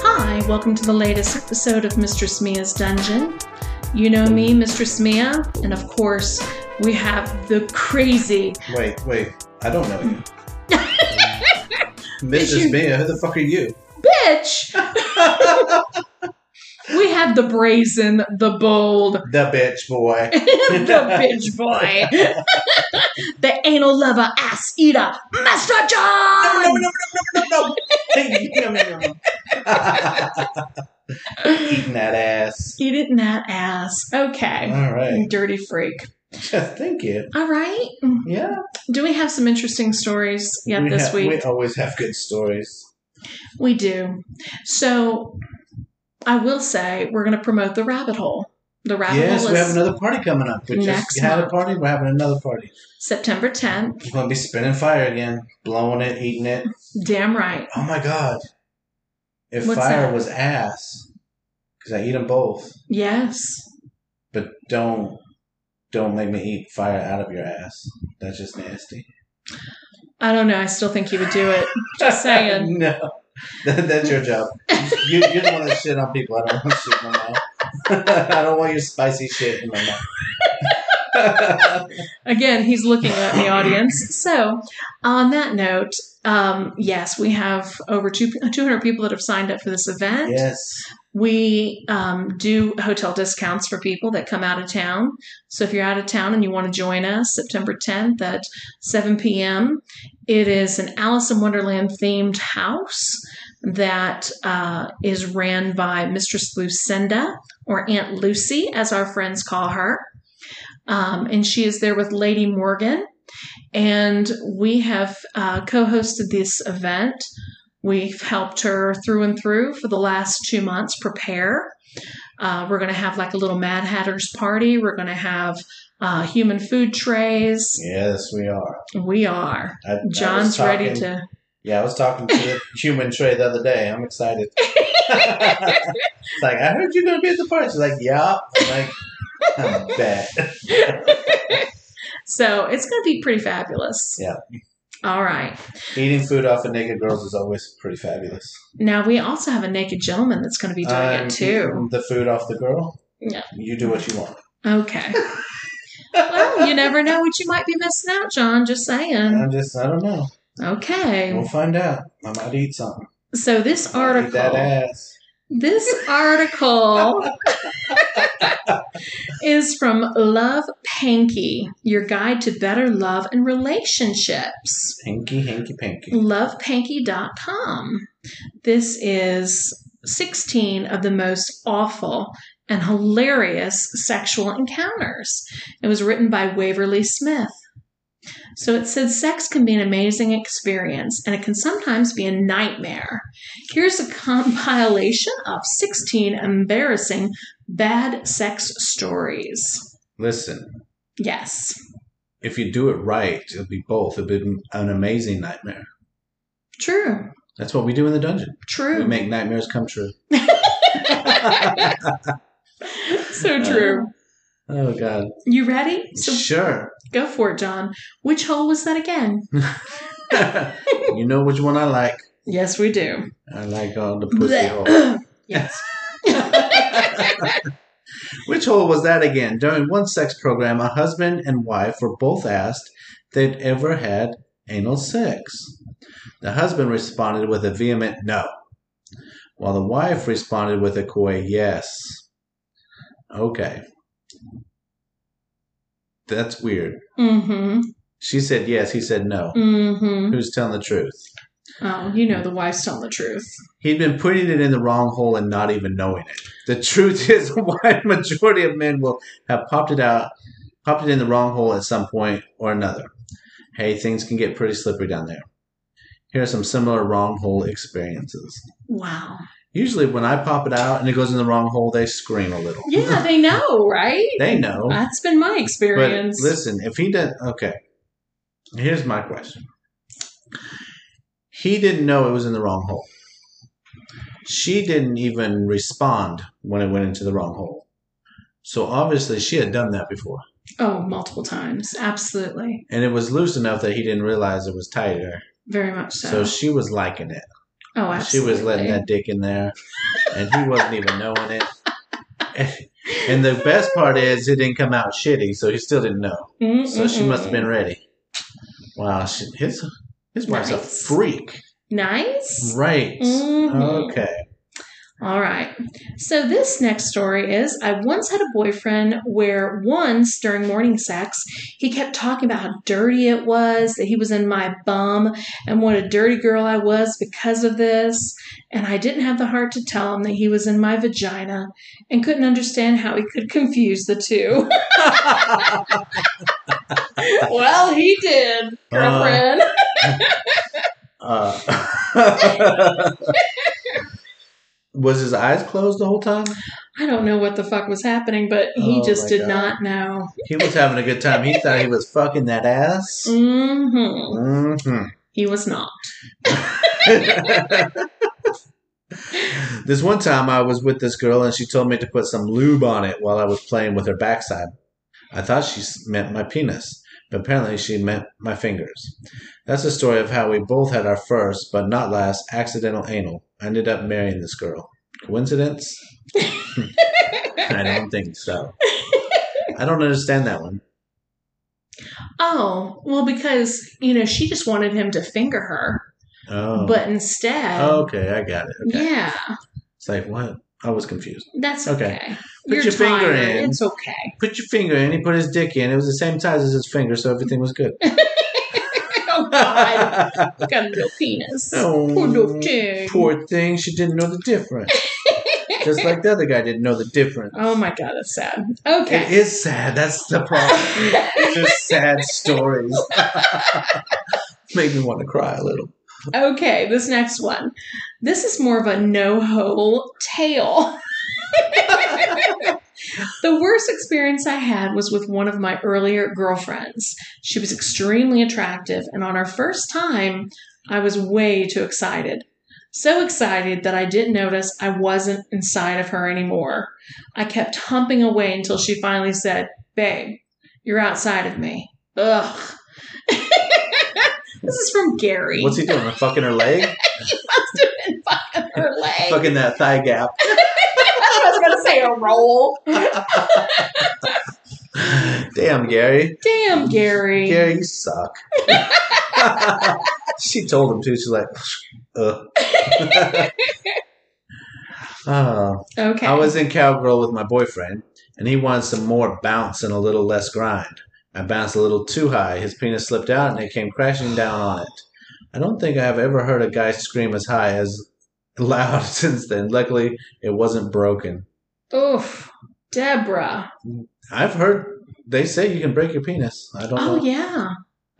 Hi, welcome to the latest episode of Mistress Mia's Dungeon. You know me, Mistress Mia, and of course, we have the crazy. Wait, wait. I don't know you. Mrs. You- Mia, who the fuck are you? Bitch! we have the brazen, the bold, The bitch boy. the bitch boy, the anal lover ass eater, Master John! No, no, no, no, no, no, no. Eating that ass. Eat it in that ass. Okay. All right. Dirty freak. Thank you. All right. Yeah. Do we have some interesting stories yet we this ha- week? We always have good stories. We do. So I will say we're going to promote the rabbit hole. The rabbit yes, hole we have is another party coming up. We just Next had month. a party. We're having another party. September 10th. We're going to be spinning fire again, blowing it, eating it. Damn right. Oh my God. If What's fire that? was ass, because I eat them both, Yes. but don't. Don't make me eat fire out of your ass. That's just nasty. I don't know. I still think you would do it. Just saying. no, That- that's your job. You, you're the one that shit on people. I don't want shit in my mouth. I don't want your spicy shit in my mouth. Again, he's looking at the audience. So, on that note, um, yes, we have over two, 200 people that have signed up for this event. yes, We um, do hotel discounts for people that come out of town. So if you're out of town and you want to join us September 10th at 7 p.m., it is an Alice in Wonderland themed house that uh, is ran by Mistress Lucinda or Aunt Lucy, as our friends call her. Um, and she is there with Lady Morgan. And we have uh, co hosted this event We've helped her through and through for the last two months prepare. Uh, we're going to have like a little Mad Hatter's party. We're going to have uh, human food trays. yes, we are. We are. I- I was John's ready talking- to. Yeah, I was talking to the human tray the other day. I'm excited. it's like I heard you're gonna be at the party. She's like, yeah. I'm like, I bet. So it's going to be pretty fabulous. Yeah. All right. Eating food off of naked girls is always pretty fabulous. Now we also have a naked gentleman that's going to be doing I'm it too. eating The food off the girl. Yeah. You do what you want. Okay. well, you never know what you might be missing out, John. Just saying. I'm just, I don't know. Okay. We'll find out. I might eat something. So this Eat that article. ass. This article is from Love Panky, your guide to better love and relationships. Hanky, hanky, panky. LovePanky.com. This is 16 of the most awful and hilarious sexual encounters. It was written by Waverly Smith. So it says sex can be an amazing experience and it can sometimes be a nightmare. Here's a compilation of 16 embarrassing bad sex stories. Listen, Yes. if you do it right, it'll be both. It'll be an amazing nightmare. True. That's what we do in the dungeon. We True. make nightmares come true. so true. Oh, God. You ready? So sure. go for it, John. Which hole was that again? you know which one I like. Yes, we do. I like all the pussy hole. Blech. yes. Which hole was that again? During one sex program, a husband and wife were both asked if they'd ever had anal sex. The husband responded with a vehement no, while the wife responded with a coy yes. Okay. That's weird. mm-hmm. She said yes, he said no. Mm-hmm. Who's telling the truth? Oh, you know the wife's telling the truth. He'd been putting it in the wrong hole and not even knowing it. The truth is, a wide majority of men will have popped it out, popped it in the wrong hole at some point or another. Hey, things can get pretty slippery down there. Here are some similar wrong hole experiences. Wow. Usually, when I pop it out and it goes in the wrong hole, they scream a little. Yeah, they know, right? They know. That's been my But experience. listen, if he did okay. Here's my question. He didn't know it was in the wrong hole. She didn't even respond when it went into the wrong hole. So obviously she had done that before. Oh, multiple times. Absolutely. And it was loose enough that he didn't realize it was tighter. Very much so. So she was liking it. oh, She absolutely. was letting that dick in there, and he wasn't even knowing it. And the best part is, it didn't come out shitty, so he still didn't know. So she must have been ready. Wow, she, his his wife's Nice. a freak, Nice. right? Mhm. Okay, All right. So this next story is I once had a boyfriend where once during morning sex, he kept talking about how dirty it was, that he was in my bum, and what a dirty girl I was because of this. And I didn't have the heart to tell him that he was in my vagina and couldn't understand how he could confuse the two. well, he did, girlfriend. uh, was his eyes closed the whole time? I don't know what the fuck was happening, but he Oh just my did God. not know. He was having a good time. He thought he was fucking that ass. hmm hmm He was not. this one time I was with this girl and she told me to put some lube on it while I was playing with her backside. I thought she s- meant my penis, but apparently she meant my fingers. That's the story of how we both had our first, but not last, accidental anal. I ended up marrying this girl. Coincidence? I don't think so. I don't understand that one. Oh, well, because, you know, she just wanted him to finger her. Oh. But instead, okay, I got it. Okay. yeah, It's like, what? I was confused. that's okay. Okay. Put your finger in. It's okay. put your finger in. He put his dick in. It was the same size as his finger, so everything was good. Oh, God. Got a little penis. Oh, Poor little thing. Poor thing. She didn't know the difference. Just like the other guy didn't know the difference. Oh, my God, that's sad. It Okay. is sad. That's the problem. It's just sad stories. Made me want to cry a little. Okay, this next one. This is more of a no hole tale. the worst experience I had was with one of my earlier girlfriends. She was extremely attractive, and on our first time, I was way too excited. So excited that I didn't notice I wasn't inside of her anymore. I kept humping away until she finally said, Babe, you're outside of me. Ugh. this is from Gary What's he doing? Fucking her leg? must have been fucking her leg. Fucking that thigh gap. I was gonna say a roll. Damn, Gary. Damn, Gary. Gary, you suck. she told him too. She's like, uh. oh. Okay. I was in Cowgirl with my boyfriend, and he wanted some more bounce and a little less grind. I bounced a little too high. His penis slipped out, and it came crashing down on it. I don't think I have ever heard a guy scream as high as loud since then. Luckily, it wasn't broken. Oof. Deborah. I've heard they say you can break your penis. I don't Oh know. yeah.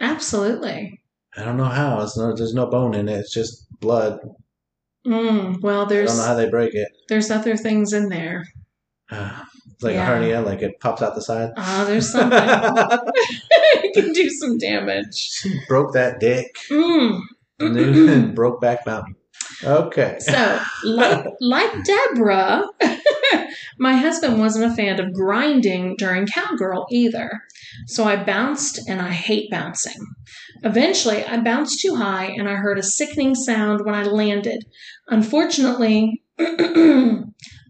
Absolutely. I don't know how. It's no, there's no bone in it. It's just blood. Mm, well, there's I don't know how they break it. there's other things in there. It's like Yeah. a hernia. Like it pops out the side. Ah, there's something it can do some damage. Broke that dick. Mm. and then broke back mountain. Okay. So, like, like Deborah, my husband wasn't a fan of grinding during Cowgirl either. So I bounced, and I hate bouncing. Eventually, I bounced too high, and I heard a sickening sound when I landed. Unfortunately,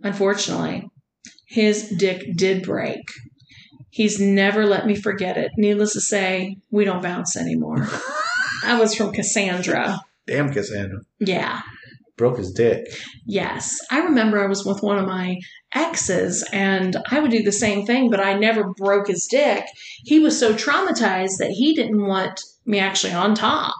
unfortunately, his dick did break. He's never let me forget it. Needless to say, we don't bounce anymore. I was from Cassandra. Damn Cassandra. Yeah. Broke his dick. Yes, I remember I was with one of my exes and I would do the same thing, but I never broke his dick. He was so traumatized that he didn't want me actually on top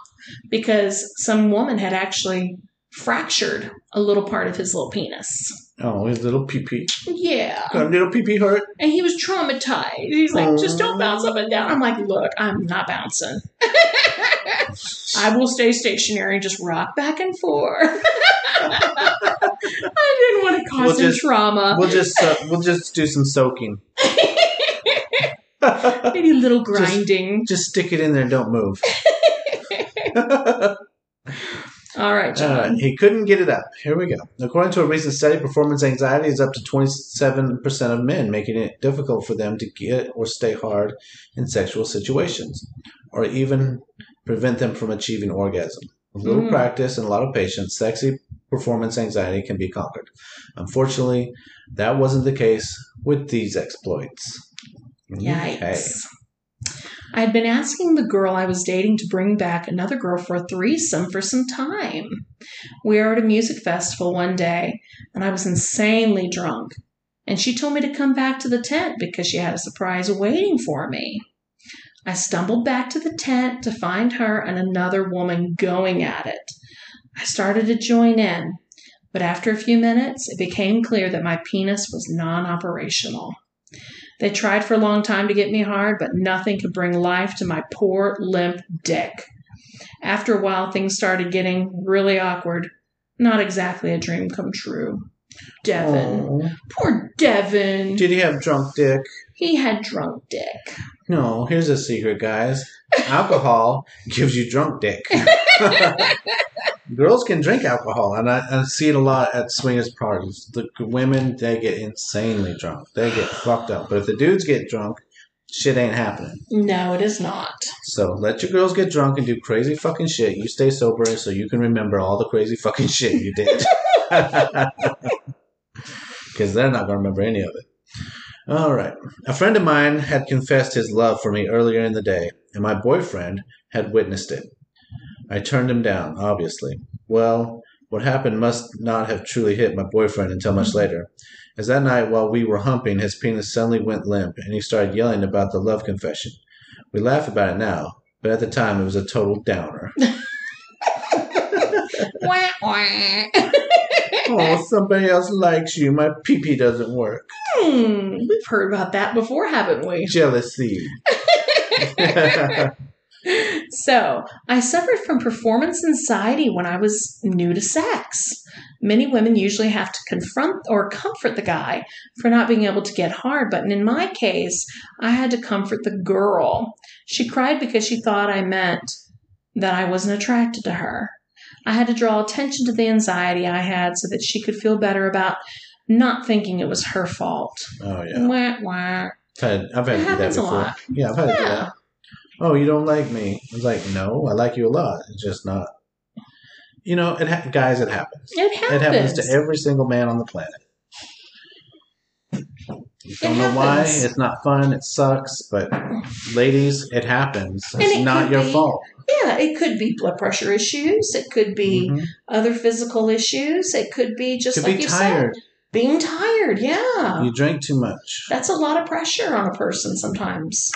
because some woman had actually fractured a little part of his little penis. Oh, his little pee pee. Yeah. Got a little pee pee hurt. And he was traumatized. He's like, just don't bounce up and down. I'm like, look, I'm not bouncing. I will stay stationary and just rock back and forth. I didn't want to cause We'll him just- trauma. We'll just uh, we'll just do some soaking. Maybe a little Just- grinding. just stick it in there. and Don't move. All right, All John. right, he couldn't get it up. Here we go. According to a recent study, performance anxiety is up to 27% of men, making it difficult for them to get or stay hard in sexual situations, or even prevent them from achieving orgasm. With little Mm. practice and a lot of patience, sexy performance anxiety can be conquered. Unfortunately, that wasn't the case with these exploits. Yikes. Okay. I had been asking the girl I was dating to bring back another girl for a threesome for some time. We were at a music festival one day, and I was insanely drunk. And she told me to come back to the tent because she had a surprise waiting for me. I stumbled back to the tent to find her and another woman going at it. I started to join in, but after a few minutes, it became clear that my penis was non operational. They tried for a long time to get me hard, but nothing could bring life to my poor, limp dick. After a while, things started getting really awkward. Not exactly a dream come true. Devin. Aw. Poor Devin. Did he have drunk dick? He had drunk dick. No, here's a secret, guys. Alcohol gives you drunk dick. Girls can drink alcohol, and I, I see it a lot at swingers parties. The women they get insanely drunk, they get fucked up. But if the dudes get drunk, shit ain't happening. No, it is not. So let your girls get drunk and do crazy fucking shit. You stay sober so you can remember all the crazy fucking shit you did. Because they're not going to remember any of it. All right. A friend of mine had confessed his love for me earlier in the day, and my boyfriend had witnessed it. I turned him down, obviously. Well, what happened must not have truly hit my boyfriend until much later, as that night while we were humping, his penis suddenly went limp, and he started yelling about the love confession. We laugh about it now, but at the time it was a total downer. Wah, wah. oh, somebody else likes you. My pee pee doesn't work. Hmm, we've heard about that before, haven't we? Jealousy. so, I suffered from performance anxiety when I was new to sex. Many women usually have to confront or comfort the guy for not being able to get hard, but in my case, I had to comfort the girl. She cried because she thought I meant that I wasn't attracted to her. I had to draw attention to the anxiety I had so that she could feel better about not thinking it was her fault. oh, yeah. Wah, wah. I've had, I've had It to do that happens a before. lot. Yeah, I've had to do Yeah. that. Oh, you don't like me? I was like, no, I like you a lot. It's just not. You know, it ha- guys, it happens. It happens. It happens to every single man on the planet. You don't know why. happens. It's not fun. It sucks. But, ladies, it happens. It's it not could your be- fault. Yeah, it could be blood pressure issues. It could be Mhm. other physical issues. It could be just To like be you tired. said, being tired. Yeah, You drink too much. that's a lot of pressure on a person sometimes.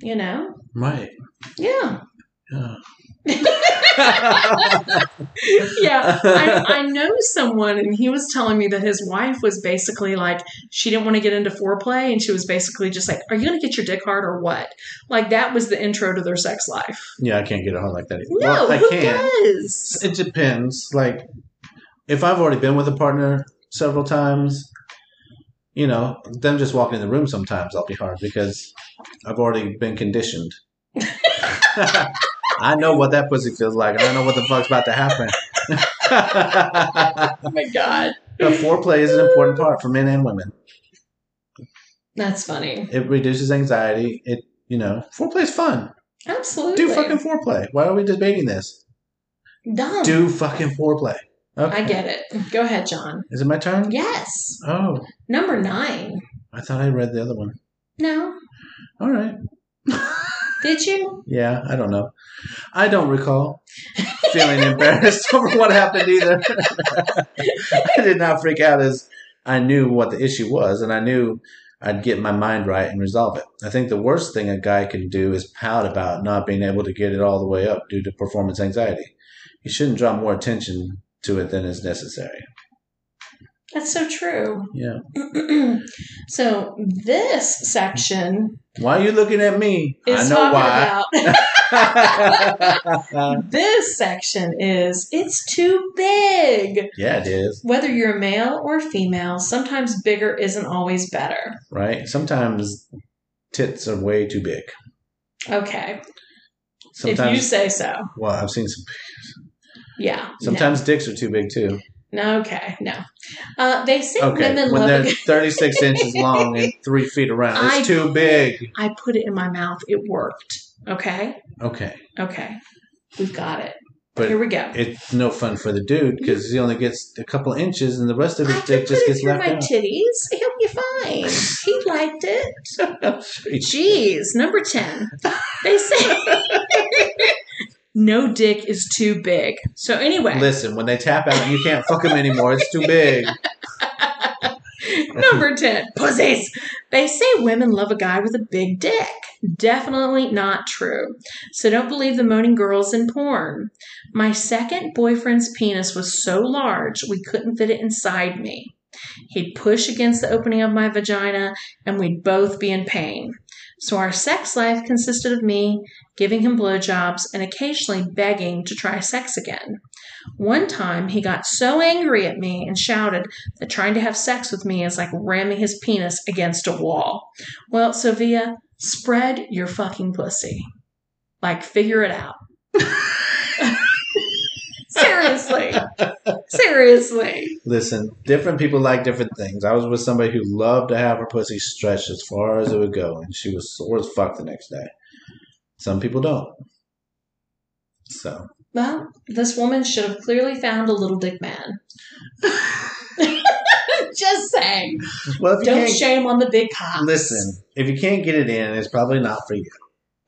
You know? Right. Yeah, Yeah. yeah. I, I know someone, and he was telling me that his wife was basically like she didn't want to get into foreplay, and she was basically just like, "Are you going to get your dick hard or what?" Like that was the intro to their sex life. yeah, I can't get a hard like that. Either. No, Well, I who can. does? It depends. Like, if I've already been with a partner several times, you know, them just walking in the room sometimes I'll be hard because I've already been conditioned. I know what that pussy feels like, and I know what the fuck's about to happen. Oh my god, But foreplay is an important part for men and women. that's funny. It reduces anxiety. It, you know, foreplay is fun. Absolutely, Do fucking foreplay. Why are we debating this? dumb. Do fucking foreplay. Okay. I get it. Go ahead, John. Is it my turn? Yes. Oh, Number nine. I thought I read the other one. No. All right. Did you? Yeah, I don't know. I don't recall feeling embarrassed over what happened either. I did not freak out as I knew what the issue was and I knew I'd get my mind right and resolve it. I think the worst thing a guy can do is pout about not being able to get it all the way up due to performance anxiety. You shouldn't draw more attention to it than is necessary. That's so true. Yeah. so this section Why are you looking at me? is I know talking why. about this section is it's too big. yeah, it is. Whether you're a male or female, sometimes bigger isn't always better. Right? Sometimes tits are way too big. Okay. Sometimes If you say so. Well, I've seen some Yeah. Sometimes dicks are too big too. No. Okay. No. Uh, they say Okay, women when love a they're good- 36 inches long and three feet around, it's I- too big. I put it in my mouth. It worked. Okay. Okay, Okay. We've got it. but Here we go. it's no fun for the dude because he only gets a couple inches, and the rest of I his could dick put just it gets through left my out. titties. He'll be fine. He liked it. Jeez, number 10. They say no dick is too big. So, anyway, Listen, when they tap out, you can't fuck him anymore. It's too big. number 10, pussies. They say women love a guy with a big dick. Definitely not true. So, don't believe the moaning girls in porn. My second boyfriend's penis was so large we couldn't fit it inside me. He'd push against the opening of my vagina, and we'd both be in pain. So our sex life consisted of me giving him blowjobs and occasionally begging to try sex again. One time, he got so angry at me and shouted that trying to have sex with me is like ramming his penis against a wall. Well, Sophia, spread your fucking pussy. Like, figure it out. Seriously. Seriously. Listen, different people like different things. I was with somebody who loved to have her pussy stretched as far as it would go, and she was sore as fuck the next day. Some people don't. So, Well, this woman should have clearly found a little dick man. Just saying. well, if you Don't can't- shame on the big cops. Listen, if you can't get it in, it's probably not for you.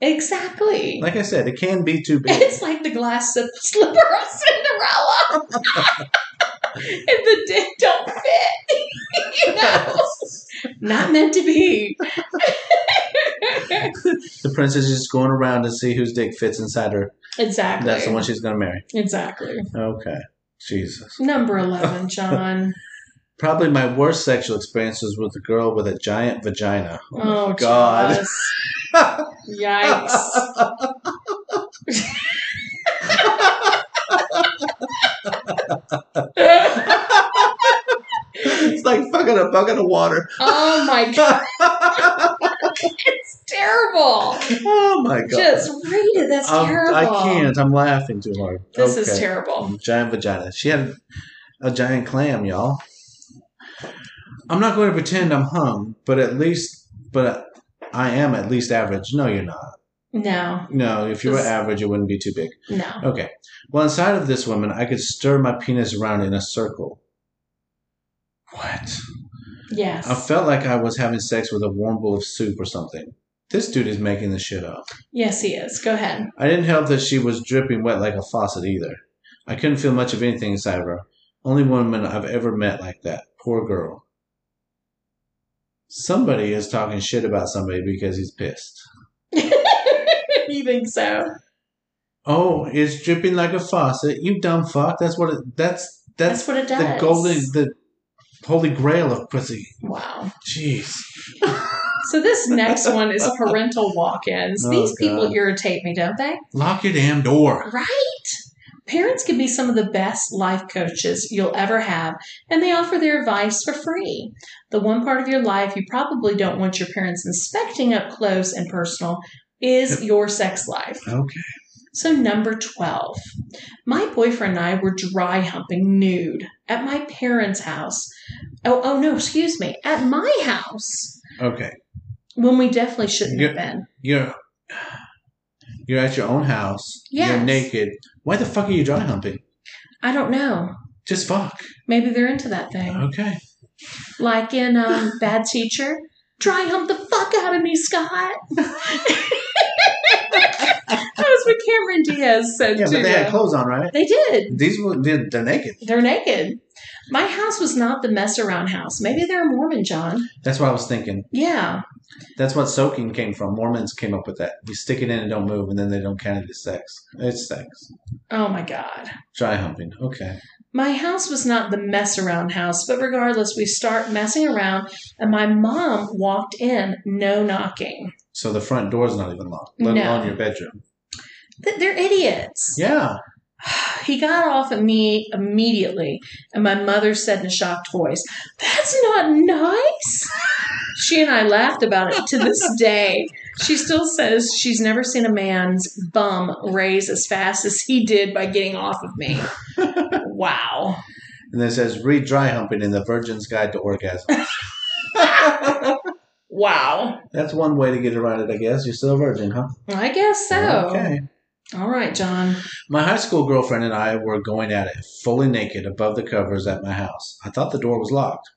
Exactly. Like I said, it can be too big. it's like the glass slip- slipper of Cinderella. if the dick don't fit, you know, not meant to be. the princess is just going around to see whose dick fits inside her. Exactly. That's the one she's going to marry. Exactly. Okay. Jesus. Number 11, John. Probably my worst sexual experience was with a girl with a giant vagina. Oh, my God. Jesus. Yikes. it's like fucking a bucket of water. Oh my god. it's terrible. Oh my god. Just read it. That's Um, terrible. I can't. I'm laughing too hard. This is Okay. terrible. Oh, Giant vagina. She had a giant clam, y'all. I'm not going to pretend I'm hung, but at least, but I am at least average. No, you're not. No, No, if you were This- average, it wouldn't be too big. no. Okay. Well, inside of this woman, I could stir my penis around in a circle. What? Yes. I felt like I was having sex with a warm bowl of soup or something. This dude is making this shit up. yes, he is. Go ahead. I didn't help that she was dripping wet like a faucet either. I couldn't feel much of anything inside of her. Only woman I've ever met like that. Poor girl. Somebody is talking shit about somebody because he's pissed. you think so? Oh, it's dripping like a faucet. You dumb fuck. That's what it, that's that's, That's, what it does. the golden the holy grail of pussy. Wow. Jeez. So this next one is parental walk-ins. Oh, These people God. irritate me, don't they? Lock your damn door. Right? Parents can be some of the best life coaches you'll ever have, and they offer their advice for free. The one part of your life you probably don't want your parents inspecting up close and personal is your sex life. Okay. So, number 12. My boyfriend and I were dry humping nude at my parents' house. Oh, oh no, excuse me, at my house Okay. when we definitely shouldn't have Yeah. been. You're you're at your own house. You're Yes. naked. Why the fuck are you dry humping? I don't know. Just fuck. Maybe they're into that thing. Okay. like in um, Bad Teacher. Dry hump the fuck out of me, Scott. that was what Cameron Diaz said Yeah, too. but they had clothes on, right? They did. These were they're, they're naked. They're naked. My house was not the mess around house. Maybe they're Mormon, John. That's what I was thinking. Yeah. That's what soaking came from. Mormons came up with that. You stick it in and don't move, and then they don't count it as sex. It's sex. Oh my God. Dry humping. Okay. My house was not the mess around house, but regardless, we start messing around, and my mom walked in, no knocking. So the front door's not even locked, let No. alone your bedroom. Th- They're idiots. Yeah. He got off at me immediately, and my mother said in a shocked voice, That's not nice. She and I laughed about it to this day. She still says she's never seen a man's bum raise as fast as he did by getting off of me. wow. And then it says, read dry humping in the Virgin's Guide to Orgasm. Wow. That's one way to get around it, I guess. You're still a virgin, huh? I guess so. Okay. All right, John. My high school girlfriend and I were going at it, fully naked, above the covers at my house. I thought the door was locked,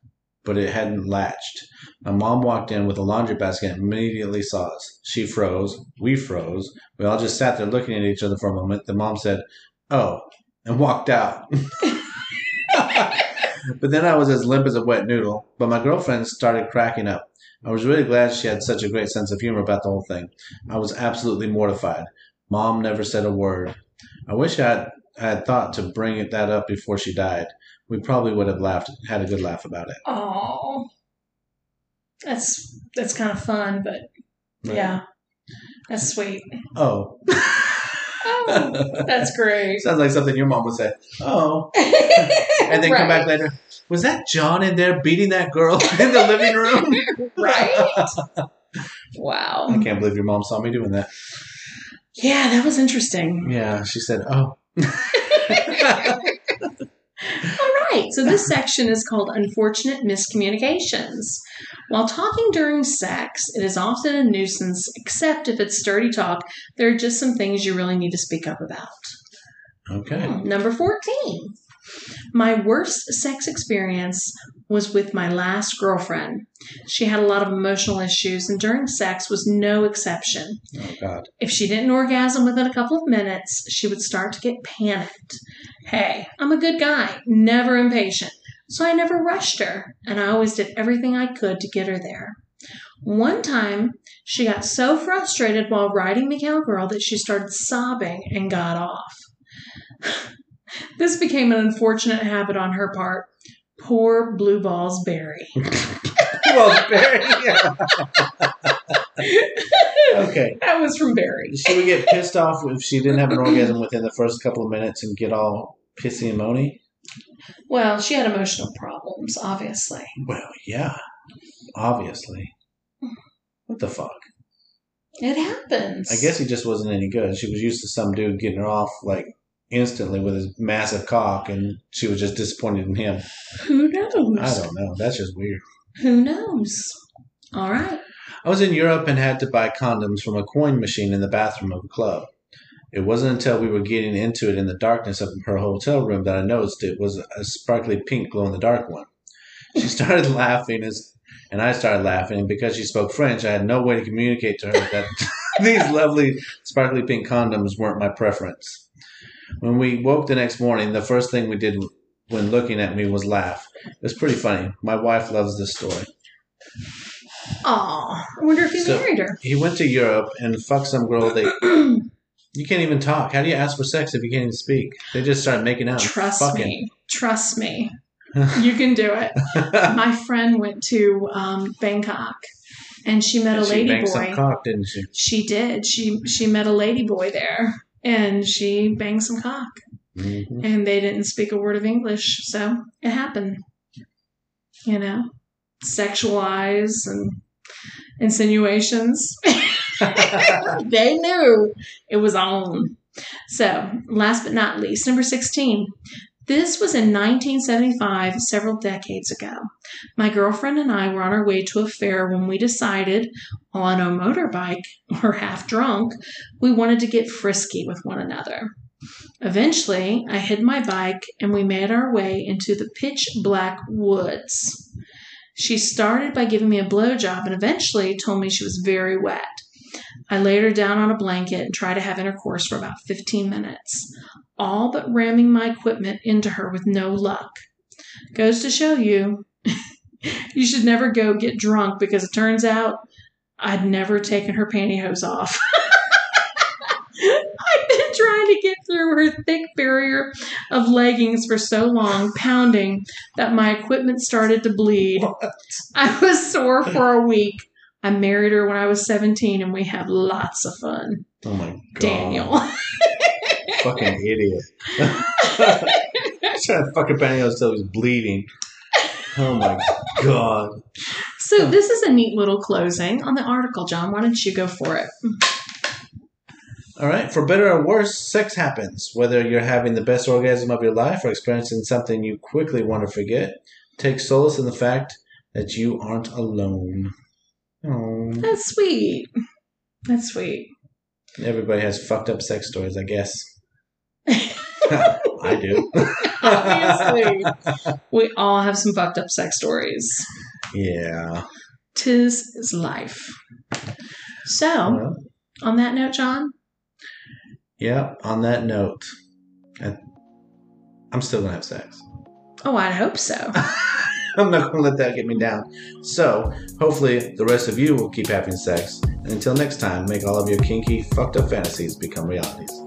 but it hadn't latched. My mom walked in with a laundry basket and immediately saw us. She froze. We froze. We all just sat there looking at each other for a moment. The mom said, Oh, and walked out. but then I was as limp as a wet noodle, but my girlfriend started cracking up. I was really glad she had such a great sense of humor about the whole thing. I was absolutely mortified. Mom never said a word. I wish I had, I had thought to bring it- that up before she died. We probably would have laughed, had a good laugh about it. Oh. That's that's kind of fun, but Right? yeah. That's sweet. Oh. Oh, that's great. Sounds like something your mom would say. Oh. And then come back later. Was that John in there beating that girl in the living room? right? I wow. can't believe your mom saw me doing that. Yeah, that was interesting. Yeah, she said, oh. All right. So this section is called unfortunate miscommunications. While talking during sex, it is often a nuisance, except if it's dirty talk. There are just some things you really need to speak up about. Okay. Hmm, Number 14. My worst sex experience was with my last girlfriend. She had a lot of emotional issues, and during sex was no exception. Oh, God. If she didn't orgasm within a couple of minutes, she would start to get panicked. Hey, I'm a good guy, never impatient, so I never rushed her, and I always did everything I could to get her there. One time, she got so frustrated while riding the cowgirl that she started sobbing and got off. this became an unfortunate habit on her part. Poor Blue Balls Barry. Well, Barry. yeah. okay. That was from Barry. She would get pissed off if she didn't have an orgasm within the first couple of minutes and get all pissy and moany. Well, she had emotional problems, obviously. Well, yeah. Obviously. What the fuck? It happens. I guess he just wasn't any good. She was used to some dude getting her off like instantly with his massive cock, and she was just disappointed in him. Who knows? I don't know. That's just weird. Who knows? All right. I was in Europe and had to buy condoms from a coin machine in the bathroom of a club. It wasn't until we were getting into it in the darkness of her hotel room that I noticed it was a sparkly pink glow in the dark one. She started laughing as, and I started laughing, and because she spoke French, I had no way to communicate to her that these lovely sparkly pink condoms weren't my preference. When we woke the next morning, the first thing we did when looking at me was laugh. It was pretty funny. My wife loves this story. Aw, I wonder if he So- married her. He went to Europe and fucked some girl. They you can't even talk. How do you ask for sex if you can't even speak? They just start making out. and Trust fucking. me. Trust me. you can do it. My friend went to um, Bangkok and she met a she lady banged boy. some cock, didn't she? she did. She she met a lady boy there and she banged some cock hmm and they didn't speak a word of English, so it happened. You know, sexualize and insinuations. they knew it was on. So, last but not least, number 16. This was in 1975, several decades ago. My girlfriend and I were on our way to a fair when we decided, on a motorbike or half drunk, we wanted to get frisky with one another. Eventually, I hid my bike and we made our way into the pitch black woods. She started by giving me a blowjob and eventually told me she was very wet. I laid her down on a blanket and tried to have intercourse for about 15 minutes, all but ramming my equipment into her with no luck. Goes to show you, you should never go get drunk because it turns out I'd never taken her pantyhose off. I've been trying to get through her thick barrier of leggings for so long, pounding, that my equipment started to bleed. I was sore for a week. I married her when I was 17, and we have lots of fun. Oh my god, Daniel. fucking idiot! He's trying to fuck her pantyhose till he was bleeding. Oh my god! So So this is a neat little closing on the article, John. Why don't you go for it? All right, for better or worse, sex happens. Whether you're having the best orgasm of your life or experiencing something you quickly want to forget, take solace in the fact that you aren't alone. Oh, That's sweet. That's sweet. everybody has fucked up sex stories, I guess. I do. Obviously, we all have some fucked up sex stories. yeah. Tis is life. So, Well, on that note, John, yeah, on that note, I, I'm still going to have sex. oh, I hope so. I'm not going to let that get me down. So, hopefully, the rest of you will keep having sex. And until next time, make all of your kinky, fucked up fantasies become realities.